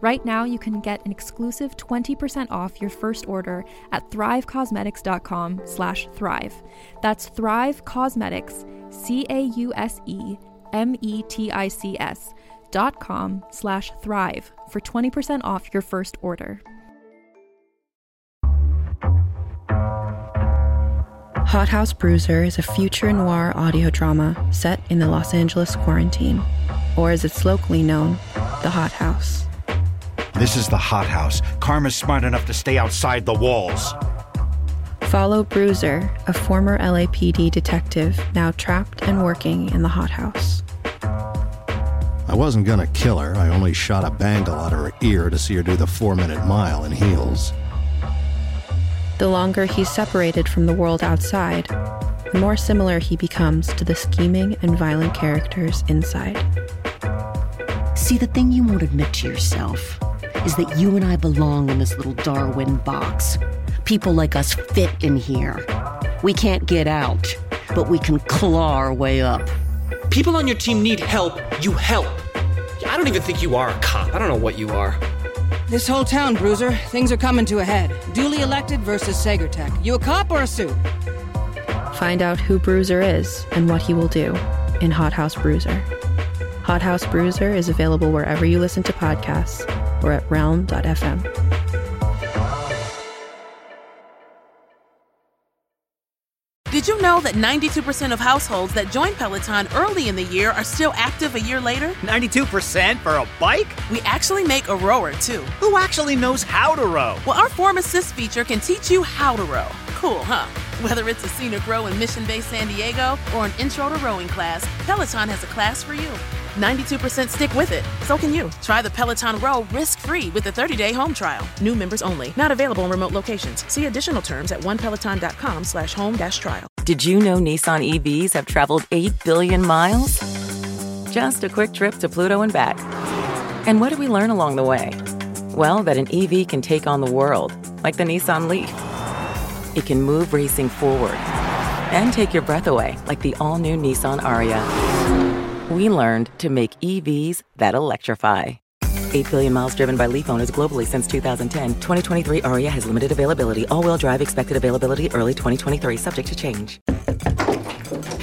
Right now, you can get an exclusive 20% off your first order at thrivecosmetics.com slash thrive. That's Thrive Cosmetics, E C-A-U-S-E-M-E-T-I-C-S dot com slash thrive for 20% off your first order. Hothouse Bruiser is a future noir audio drama set in the Los Angeles quarantine, or as it's locally known, the Hothouse. This is the hothouse. Karma's smart enough to stay outside the walls. Follow Bruiser, a former LAPD detective now trapped and working in the hothouse. I wasn't gonna kill her. I only shot a bangle out of her ear to see her do the four minute mile in heels. The longer he's separated from the world outside, the more similar he becomes to the scheming and violent characters inside. See, the thing you won't admit to yourself is that you and I belong in this little Darwin box. People like us fit in here. We can't get out, but we can claw our way up. People on your team need help. You help. I don't even think you are a cop. I don't know what you are. This whole town, Bruiser, things are coming to a head. Duly elected versus Sagertech. You a cop or a suit? Find out who Bruiser is and what he will do in Hothouse Bruiser. Hothouse Bruiser is available wherever you listen to podcasts or at realm.fm. Did you know that 92% of households that join Peloton early in the year are still active a year later? 92% for a bike? We actually make a rower too. Who actually knows how to row? Well, our Form Assist feature can teach you how to row. Cool, huh? Whether it's a scenic row in Mission Bay, San Diego, or an intro to rowing class, Peloton has a class for you. 92% stick with it. So can you. Try the Peloton Row risk free with a 30 day home trial. New members only. Not available in remote locations. See additional terms at onepeloton.com slash home dash trial. Did you know Nissan EVs have traveled 8 billion miles? Just a quick trip to Pluto and back. And what did we learn along the way? Well, that an EV can take on the world, like the Nissan Leaf. It can move racing forward and take your breath away, like the all new Nissan Aria we learned to make EVs that electrify. 8 billion miles driven by Leaf owners globally since 2010. 2023 Aria has limited availability. All wheel drive expected availability early 2023, subject to change.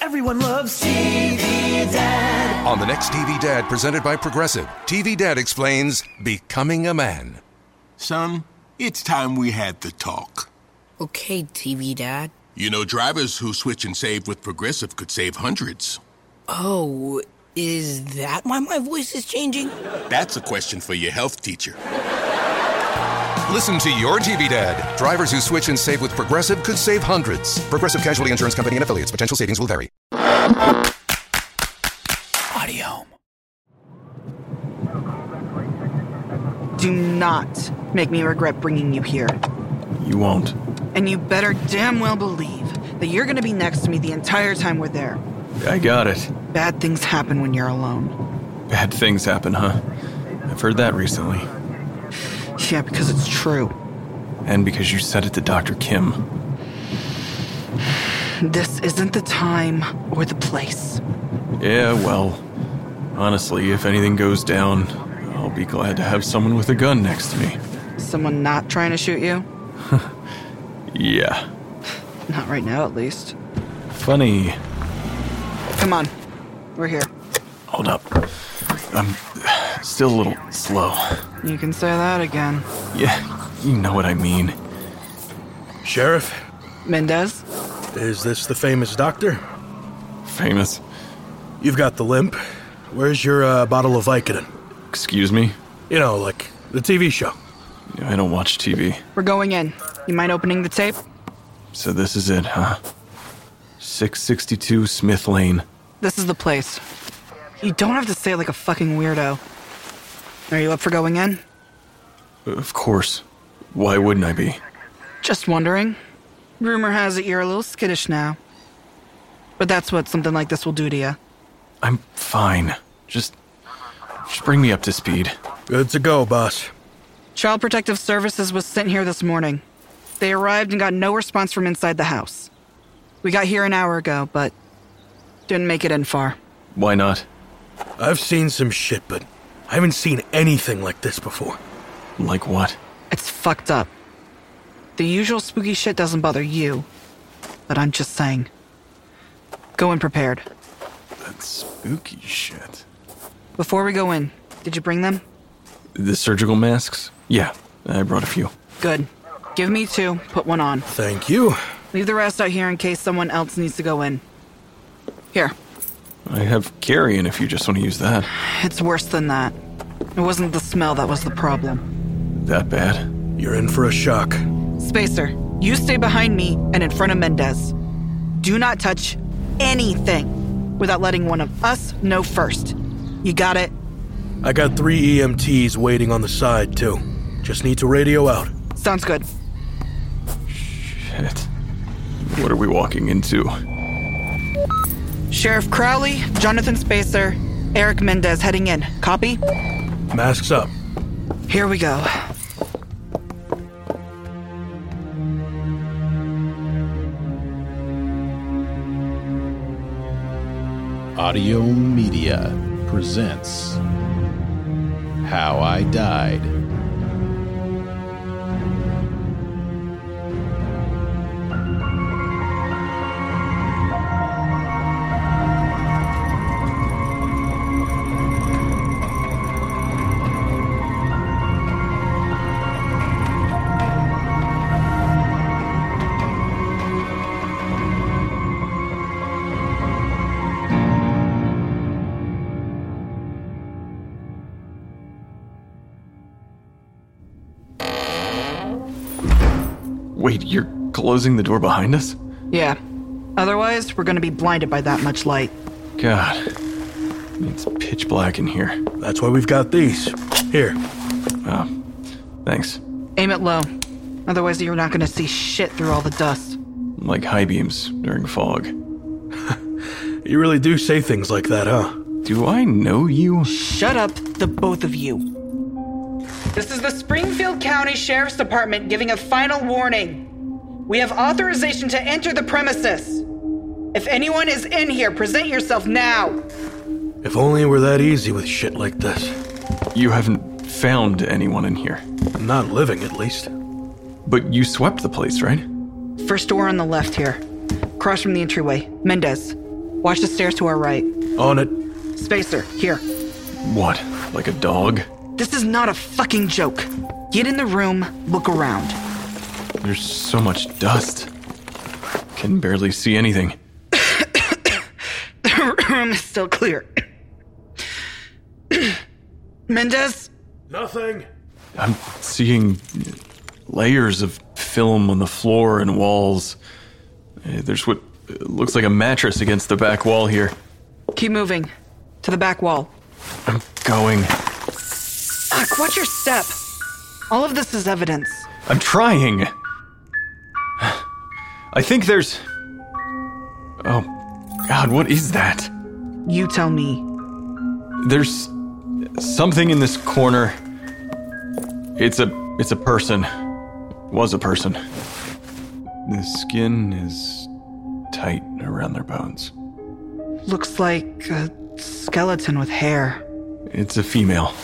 Everyone loves TV Dad. On the next TV Dad, presented by Progressive, TV Dad explains becoming a man. Son, it's time we had the talk. Okay, TV Dad. You know, drivers who switch and save with Progressive could save hundreds. Oh, is that why my voice is changing? That's a question for your health teacher. Listen to your TV dad. Drivers who switch and save with Progressive could save hundreds. Progressive Casualty Insurance Company and affiliates. Potential savings will vary. Audio. Do not make me regret bringing you here. You won't. And you better damn well believe that you're gonna be next to me the entire time we're there. I got it. Bad things happen when you're alone. Bad things happen, huh? I've heard that recently. Yeah, because it's true. And because you said it to Dr. Kim. This isn't the time or the place. Yeah, well, honestly, if anything goes down, I'll be glad to have someone with a gun next to me. Someone not trying to shoot you? yeah. Not right now, at least. Funny. Come on. We're here. Hold up. I'm still a little slow. You can say that again. Yeah, you know what I mean. Sheriff? Mendez? Is this the famous doctor? Famous? You've got the limp. Where's your uh, bottle of Vicodin? Excuse me? You know, like the TV show. I don't watch TV. We're going in. You mind opening the tape? So this is it, huh? 662 Smith Lane. This is the place. You don't have to say it like a fucking weirdo. Are you up for going in? Of course. Why wouldn't I be? Just wondering. Rumor has it you're a little skittish now. But that's what something like this will do to you. I'm fine. Just. Just bring me up to speed. Good to go, boss. Child Protective Services was sent here this morning. They arrived and got no response from inside the house. We got here an hour ago, but didn't make it in far. Why not? I've seen some shit, but I haven't seen anything like this before. Like what? It's fucked up. The usual spooky shit doesn't bother you, but I'm just saying. Go in prepared. That spooky shit. Before we go in, did you bring them? The surgical masks? Yeah, I brought a few. Good. Give me two, put one on. Thank you. Leave the rest out here in case someone else needs to go in. Here. I have carrion if you just want to use that. It's worse than that. It wasn't the smell that was the problem. That bad? You're in for a shock. Spacer, you stay behind me and in front of Mendez. Do not touch anything without letting one of us know first. You got it? I got three EMTs waiting on the side, too. Just need to radio out. Sounds good. Shit. What are we walking into? Sheriff Crowley, Jonathan Spacer, Eric Mendez heading in. Copy? Masks up. Here we go. Audio Media presents How I Died. Wait, you're closing the door behind us? Yeah. Otherwise, we're gonna be blinded by that much light. God. It's pitch black in here. That's why we've got these. Here. Oh, thanks. Aim it low. Otherwise, you're not gonna see shit through all the dust. Like high beams during fog. you really do say things like that, huh? Do I know you? Shut up, the both of you. This is the Springfield County Sheriff's Department giving a final warning. We have authorization to enter the premises. If anyone is in here, present yourself now. If only it were that easy with shit like this. You haven't found anyone in here. I'm not living, at least. But you swept the place, right? First door on the left here. Across from the entryway. Mendez. Watch the stairs to our right. On it. Spacer, here. What? Like a dog? This is not a fucking joke. Get in the room, look around. There's so much dust. Can barely see anything. the room is still clear. Mendez? Nothing. I'm seeing layers of film on the floor and walls. There's what looks like a mattress against the back wall here. Keep moving. To the back wall. I'm going. Fuck, watch your step. All of this is evidence. I'm trying. I think there's. Oh, God, what is that? You tell me. There's something in this corner. It's a it's a person. Was a person. The skin is tight around their bones. Looks like a skeleton with hair. It's a female.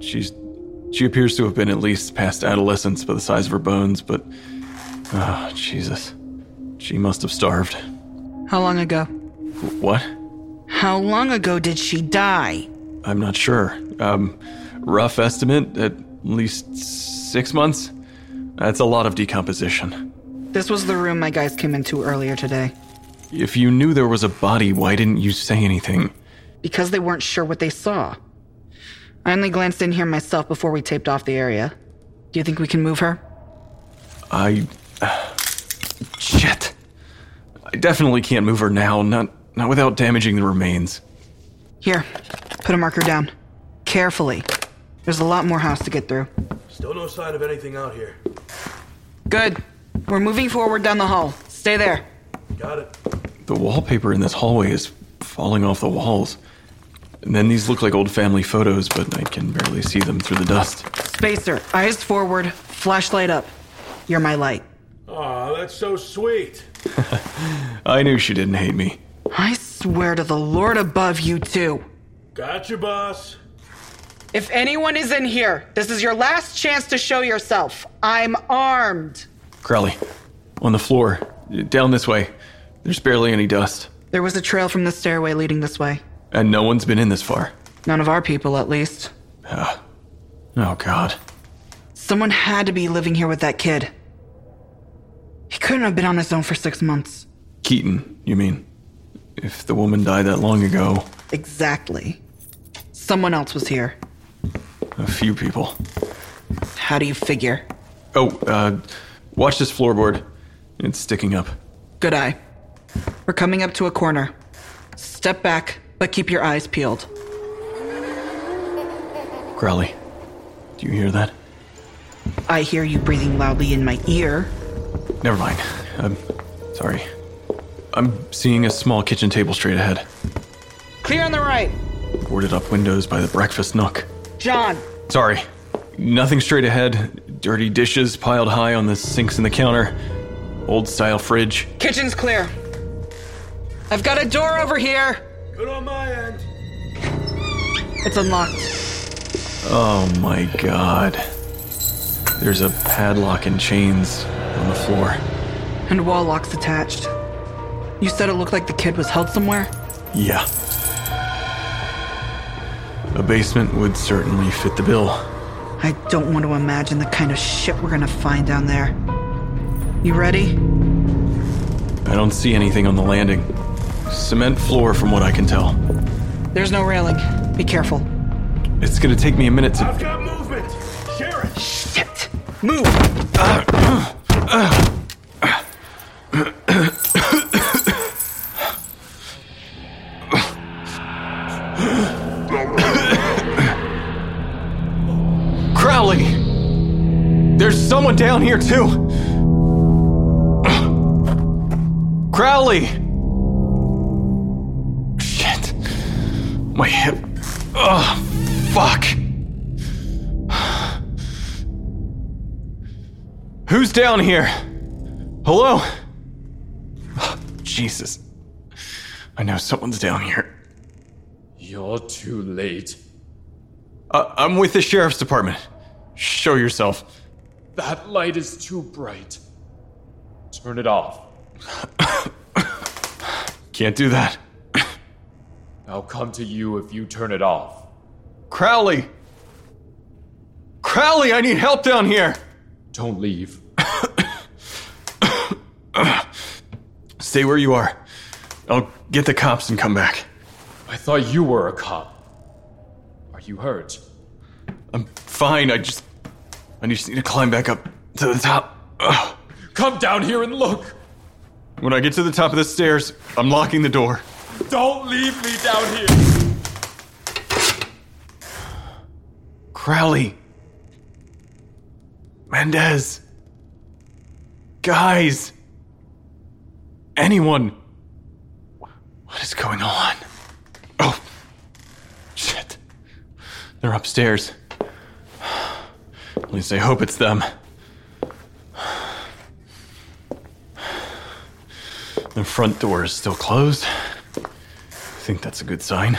She's she appears to have been at least past adolescence by the size of her bones, but oh Jesus. She must have starved. How long ago? What? How long ago did she die? I'm not sure. Um, rough estimate, at least six months? That's a lot of decomposition. This was the room my guys came into earlier today. If you knew there was a body, why didn't you say anything? Because they weren't sure what they saw. I only glanced in here myself before we taped off the area. Do you think we can move her? I. Uh, shit. I definitely can't move her now, not, not without damaging the remains. Here, put a marker down. Carefully. There's a lot more house to get through. Still no sign of anything out here. Good. We're moving forward down the hall. Stay there. Got it. The wallpaper in this hallway is falling off the walls. And then these look like old family photos, but I can barely see them through the dust. Spacer, eyes forward, flashlight up. You're my light. Aw, oh, that's so sweet. I knew she didn't hate me. I swear to the Lord above you two. Gotcha, boss. If anyone is in here, this is your last chance to show yourself. I'm armed. Crowley, on the floor, down this way. There's barely any dust. There was a trail from the stairway leading this way. And no one's been in this far. None of our people, at least. Uh, oh, God. Someone had to be living here with that kid. He couldn't have been on his own for six months. Keaton, you mean? If the woman died that long ago. Exactly. Someone else was here. A few people. How do you figure? Oh, uh, watch this floorboard. It's sticking up. Good eye. We're coming up to a corner. Step back, but keep your eyes peeled. Crowley, do you hear that? I hear you breathing loudly in my ear. Never mind. I'm sorry. I'm seeing a small kitchen table straight ahead. Clear on the right. Boarded up windows by the breakfast nook. John. Sorry. Nothing straight ahead. Dirty dishes piled high on the sinks in the counter. Old style fridge. Kitchen's clear. I've got a door over here. Good on my end. It's unlocked. Oh my god. There's a padlock and chains on the floor. And wall locks attached. You said it looked like the kid was held somewhere? Yeah. A basement would certainly fit the bill. I don't want to imagine the kind of shit we're gonna find down there. You ready? I don't see anything on the landing. Cement floor, from what I can tell. There's no railing. Be careful. It's gonna take me a minute to. I've got movement! Sheriff! Shit! Move! Uh, uh, uh, Crowley! There's someone down here too! Crowley! Shit. My hip. Oh, fuck. Who's down here? Hello? Oh, Jesus. I know someone's down here. You're too late. Uh, I'm with the sheriff's department. Show yourself. That light is too bright. Turn it off. Can't do that. I'll come to you if you turn it off. Crowley! Crowley, I need help down here! Don't leave. Stay where you are. I'll get the cops and come back. I thought you were a cop. Are you hurt? I'm fine. I just. I just need to climb back up to the top. Ugh. Come down here and look! When I get to the top of the stairs, I'm locking the door. Don't leave me down here! Crowley. Mendez. Guys. anyone. What is going on? Oh, shit. They're upstairs. At least I hope it's them. The front door is still closed. I think that's a good sign.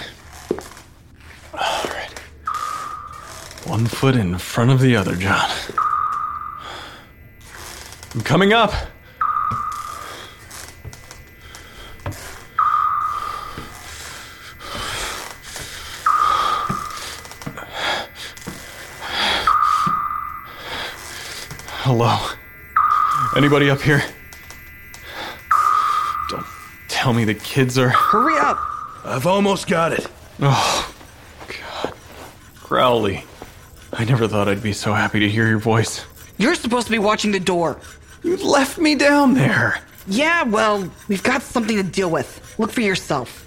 All right. One foot in front of the other, John. I'm coming up. Hello. Anybody up here? Don't tell me the kids are. Hurry up! I've almost got it. Oh, God. Crowley. I never thought I'd be so happy to hear your voice. You're supposed to be watching the door. You left me down there. Yeah, well, we've got something to deal with. Look for yourself.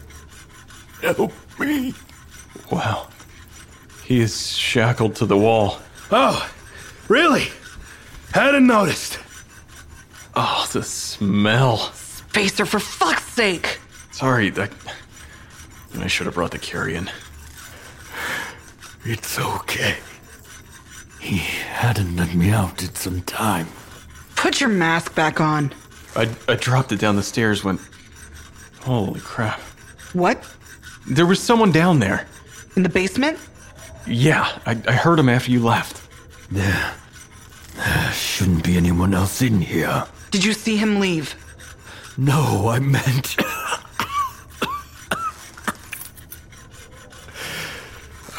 Help me. Wow. He is shackled to the wall. Oh, really? Hadn't noticed. Oh, the smell. Spacer, for fuck's sake! Sorry, that. I should have brought the carrion. It's okay. He hadn't let me out in some time. Put your mask back on. I, I dropped it down the stairs when. Holy crap. What? There was someone down there. In the basement? Yeah, I, I heard him after you left. There. There shouldn't be anyone else in here. Did you see him leave? No, I meant.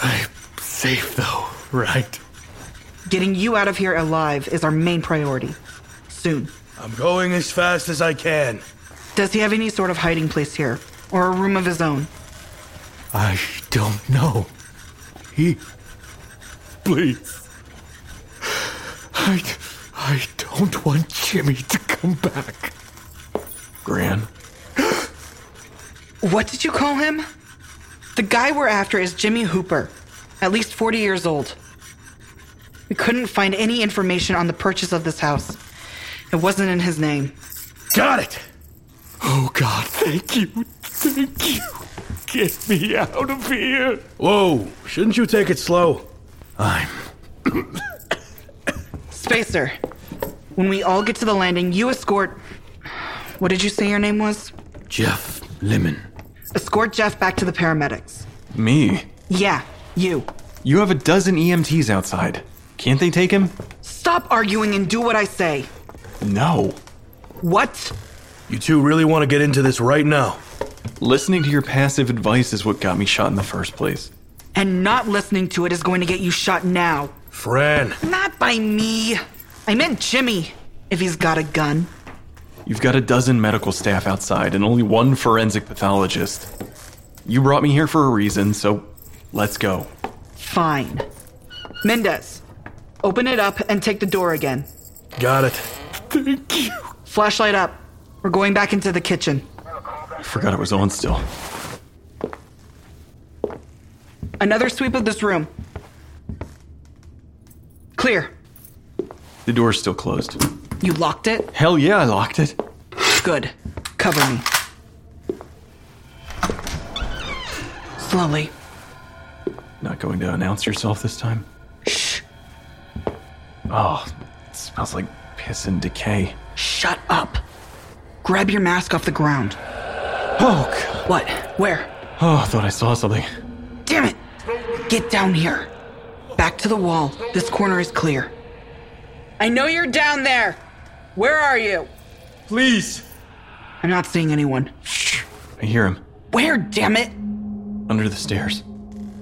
I'm safe though, right? Getting you out of here alive is our main priority. Soon. I'm going as fast as I can. Does he have any sort of hiding place here? Or a room of his own? I don't know. He. Please. I. I don't want Jimmy to come back. Gran? What did you call him? The guy we're after is Jimmy Hooper, at least 40 years old. We couldn't find any information on the purchase of this house. It wasn't in his name. Got it! Oh, God, thank you. Thank you. Get me out of here. Whoa, shouldn't you take it slow? I'm. Spacer, when we all get to the landing, you escort. What did you say your name was? Jeff Lemon. Escort Jeff back to the paramedics. Me? Yeah, you. You have a dozen EMTs outside. Can't they take him? Stop arguing and do what I say. No. What? You two really want to get into this right now. Listening to your passive advice is what got me shot in the first place. And not listening to it is going to get you shot now. Fran. Not by me. I meant Jimmy, if he's got a gun. You've got a dozen medical staff outside and only one forensic pathologist. You brought me here for a reason, so let's go. Fine. Mendez, open it up and take the door again. Got it. Thank you. Flashlight up. We're going back into the kitchen. I forgot it was on still. Another sweep of this room. Clear. The door's still closed. You locked it? Hell yeah, I locked it. Good. Cover me. Slowly. Not going to announce yourself this time? Shh. Oh, it smells like piss and decay. Shut up. Grab your mask off the ground. Oh, God. What? Where? Oh, I thought I saw something. Damn it! Get down here. Back to the wall. This corner is clear. I know you're down there. Where are you? Please. I'm not seeing anyone. Shh. I hear him. Where, damn it? Under the stairs.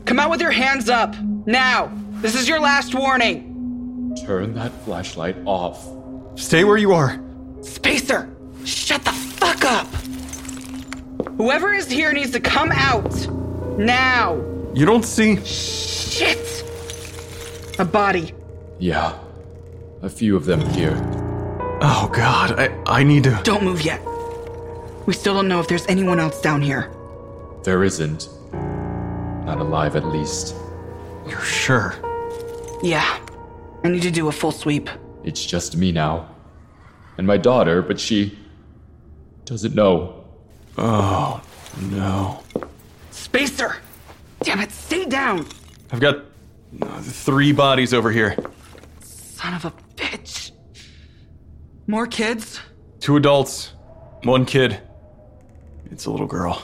Come out with your hands up. Now. This is your last warning. Turn that flashlight off. Stay where you are. Spacer, shut the fuck up. Whoever is here needs to come out. Now. You don't see. Shit. A body. Yeah. A few of them here. Oh god, I, I need to. Don't move yet. We still don't know if there's anyone else down here. There isn't. Not alive, at least. You're sure? Yeah. I need to do a full sweep. It's just me now. And my daughter, but she. doesn't know. Oh, no. Spacer! Damn it, stay down! I've got uh, three bodies over here Son of a bitch. More kids? two adults, one kid. It's a little girl.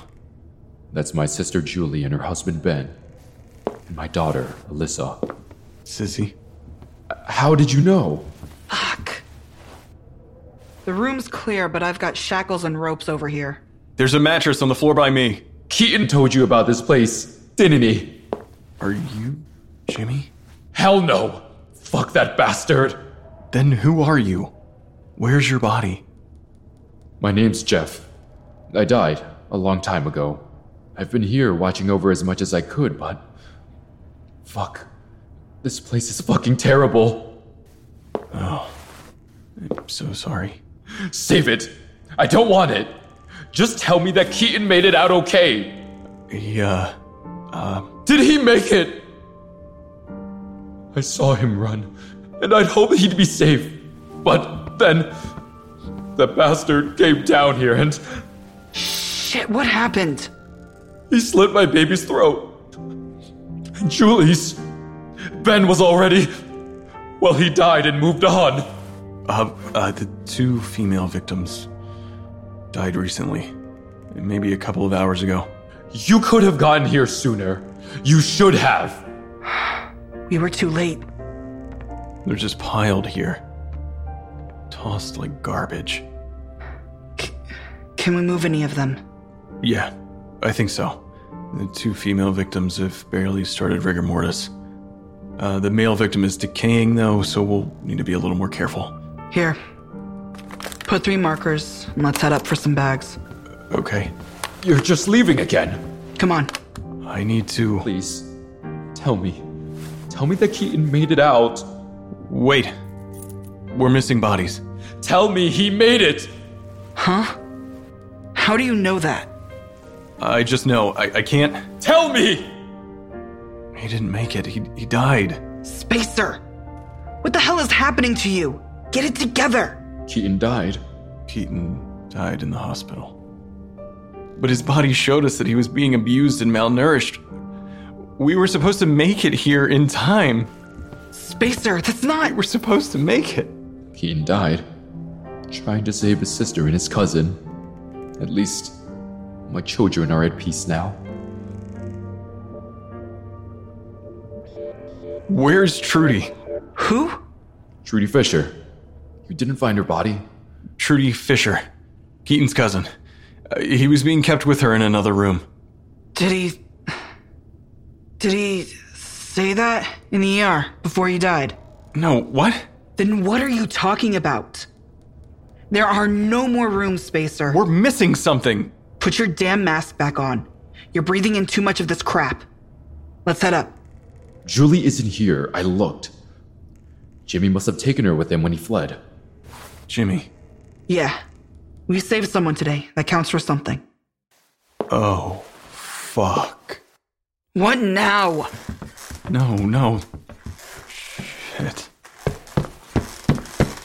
That's my sister Julie and her husband Ben. And my daughter, Alyssa. Sissy. How did you know? The room's clear, but I've got shackles and ropes over here. There's a mattress on the floor by me. Keaton told you about this place, didn't he? Are you Jimmy? Hell no! Fuck that bastard! Then who are you? Where's your body? My name's Jeff. I died a long time ago. I've been here watching over as much as I could, but. Fuck. This place is fucking terrible. Oh. I'm so sorry. Save it! I don't want it! Just tell me that Keaton made it out okay! Yeah. Uh, Did he make it? I saw him run, and I'd hoped he'd be safe. But then. The bastard came down here and Shit, what happened? He slit my baby's throat. And Julie's. Ben was already. Well, he died and moved on. uh, uh, the two female victims died recently, maybe a couple of hours ago. You could have gotten here sooner. You should have. We were too late. They're just piled here, tossed like garbage. Can we move any of them? Yeah, I think so. The two female victims have barely started rigor mortis. Uh, the male victim is decaying, though, so we'll need to be a little more careful. Here. Put three markers and let's head up for some bags. Okay. You're just leaving again. Come on. I need to. Please, tell me. Tell me that Keaton made it out. Wait. We're missing bodies. Tell me he made it! Huh? How do you know that? I just know. I, I can't. Tell me! He didn't make it. He, he died. Spacer! What the hell is happening to you? Get it together! Keaton died. Keaton died in the hospital. But his body showed us that he was being abused and malnourished. We were supposed to make it here in time. Spacer, that's not. We were supposed to make it. Keaton died. Trying to save his sister and his cousin. At least, my children are at peace now. Where's Trudy? Who? Trudy Fisher. You didn't find her body? Trudy Fisher, Keaton's cousin. Uh, he was being kept with her in another room. Did he. Did he say that in the ER before he died? No, what? Then what are you talking about? There are no more rooms, Spacer. We're missing something. Put your damn mask back on. You're breathing in too much of this crap. Let's head up. Julie isn't here. I looked. Jimmy must have taken her with him when he fled. Jimmy. Yeah. We saved someone today. That counts for something. Oh, fuck. What now? No, no. Shit.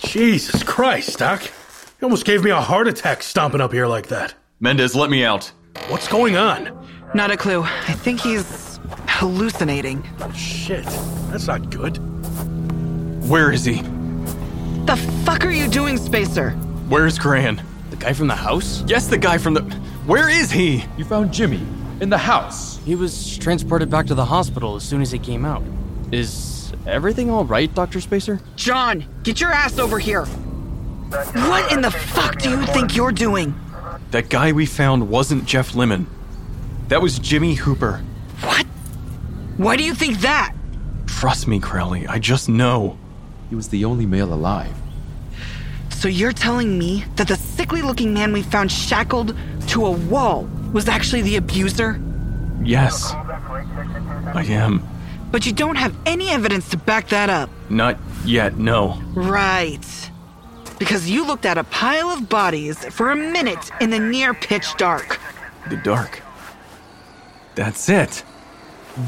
Jesus Christ, Doc. You almost gave me a heart attack stomping up here like that. Mendez, let me out. What's going on? Not a clue. I think he's hallucinating. Shit, that's not good. Where is he? The fuck are you doing, Spacer? Where's Gran? The guy from the house? Yes, the guy from the. Where is he? You found Jimmy in the house. He was transported back to the hospital as soon as he came out. Is everything all right, Dr. Spacer? John, get your ass over here. What in the fuck do you think you're doing? That guy we found wasn't Jeff Lemon. That was Jimmy Hooper. What? Why do you think that? Trust me, Crowley. I just know. He was the only male alive. So you're telling me that the sickly looking man we found shackled to a wall was actually the abuser? Yes. I am. But you don't have any evidence to back that up. Not yet, no. Right. Because you looked at a pile of bodies for a minute in the near pitch dark. The dark. That's it.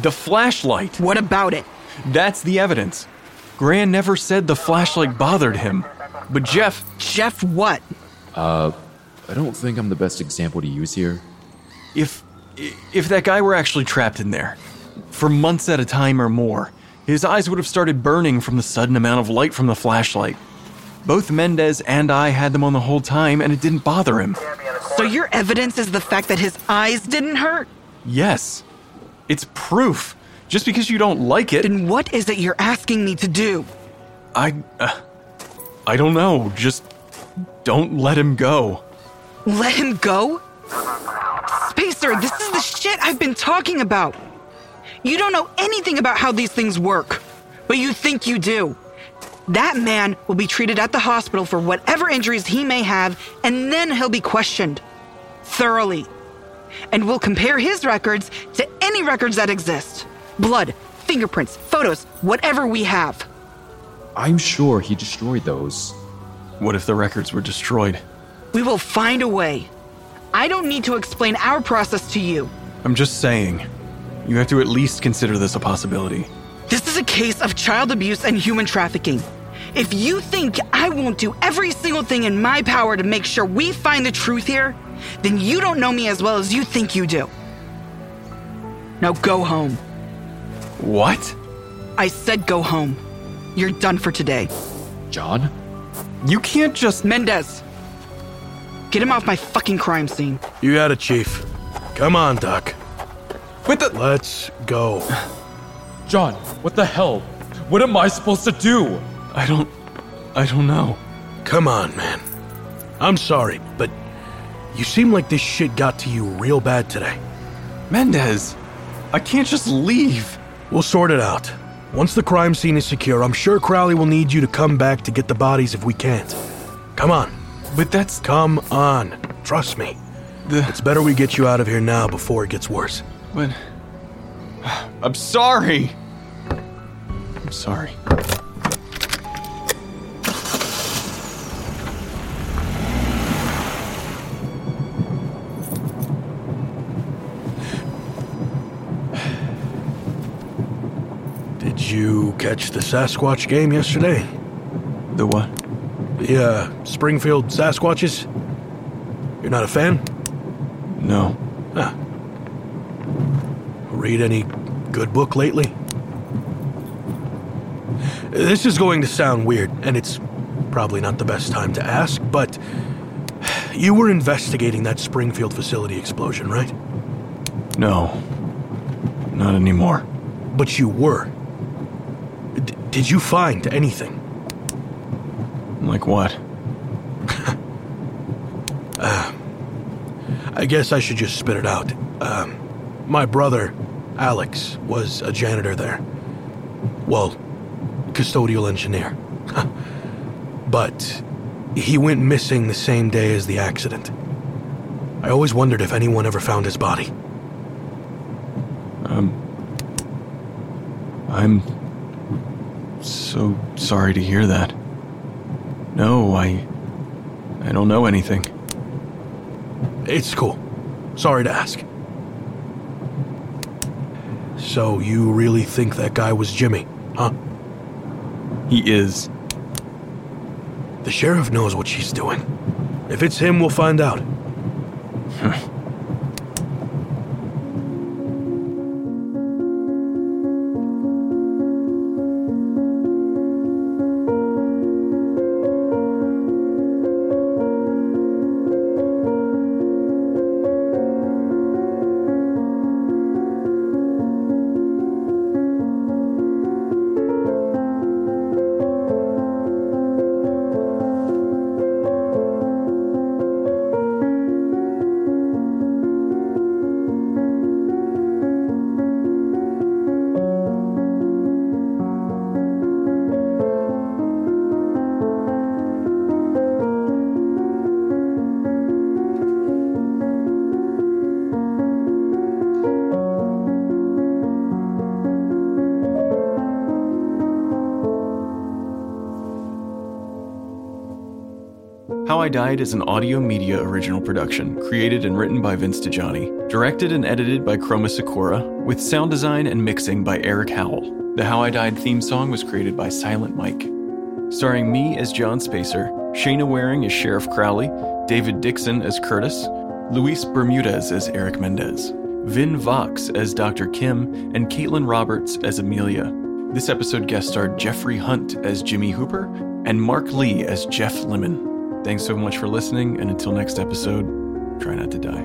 The flashlight. What about it? That's the evidence. Gran never said the flashlight bothered him. But Jeff, Jeff, what? Uh, I don't think I'm the best example to use here. If if that guy were actually trapped in there for months at a time or more, his eyes would have started burning from the sudden amount of light from the flashlight. Both Mendez and I had them on the whole time, and it didn't bother him. So your evidence is the fact that his eyes didn't hurt? Yes. It's proof. Just because you don't like it. Then what is it you're asking me to do? I. Uh, I don't know. Just don't let him go. Let him go? Spacer, this is the shit I've been talking about. You don't know anything about how these things work, but you think you do. That man will be treated at the hospital for whatever injuries he may have, and then he'll be questioned thoroughly. And we'll compare his records to any records that exist blood, fingerprints, photos, whatever we have. I'm sure he destroyed those. What if the records were destroyed? We will find a way. I don't need to explain our process to you. I'm just saying, you have to at least consider this a possibility. This is a case of child abuse and human trafficking. If you think I won't do every single thing in my power to make sure we find the truth here, then you don't know me as well as you think you do. Now go home. What? I said go home. You're done for today. John? You can't just. Mendez! Get him off my fucking crime scene. You got it, Chief. Come on, Doc. What the? Let's go. John, what the hell? What am I supposed to do? I don't. I don't know. Come on, man. I'm sorry, but you seem like this shit got to you real bad today. Mendez, I can't just leave. We'll sort it out. Once the crime scene is secure, I'm sure Crowley will need you to come back to get the bodies if we can't. Come on. But that's. Come on. Trust me. The... It's better we get you out of here now before it gets worse. But. I'm sorry! I'm sorry. you catch the Sasquatch game yesterday? The what? The uh, Springfield Sasquatches? You're not a fan? No. Huh. Read any good book lately? This is going to sound weird, and it's probably not the best time to ask, but you were investigating that Springfield facility explosion, right? No. Not anymore. But you were. Did you find anything? Like what? uh, I guess I should just spit it out. Um, my brother, Alex, was a janitor there. Well, custodial engineer. but he went missing the same day as the accident. I always wondered if anyone ever found his body. Um. I'm so sorry to hear that. No, I. I don't know anything. It's cool. Sorry to ask. So, you really think that guy was Jimmy, huh? He is. The sheriff knows what she's doing. If it's him, we'll find out. How I Died is an audio media original production, created and written by Vince DiGianni, directed and edited by Chroma Sakura, with sound design and mixing by Eric Howell. The How I Died theme song was created by Silent Mike. Starring me as John Spacer, Shayna Waring as Sheriff Crowley, David Dixon as Curtis, Luis Bermudez as Eric Mendez, Vin Vox as Dr. Kim, and Caitlin Roberts as Amelia. This episode guest starred Jeffrey Hunt as Jimmy Hooper and Mark Lee as Jeff Lemon. Thanks so much for listening, and until next episode, try not to die.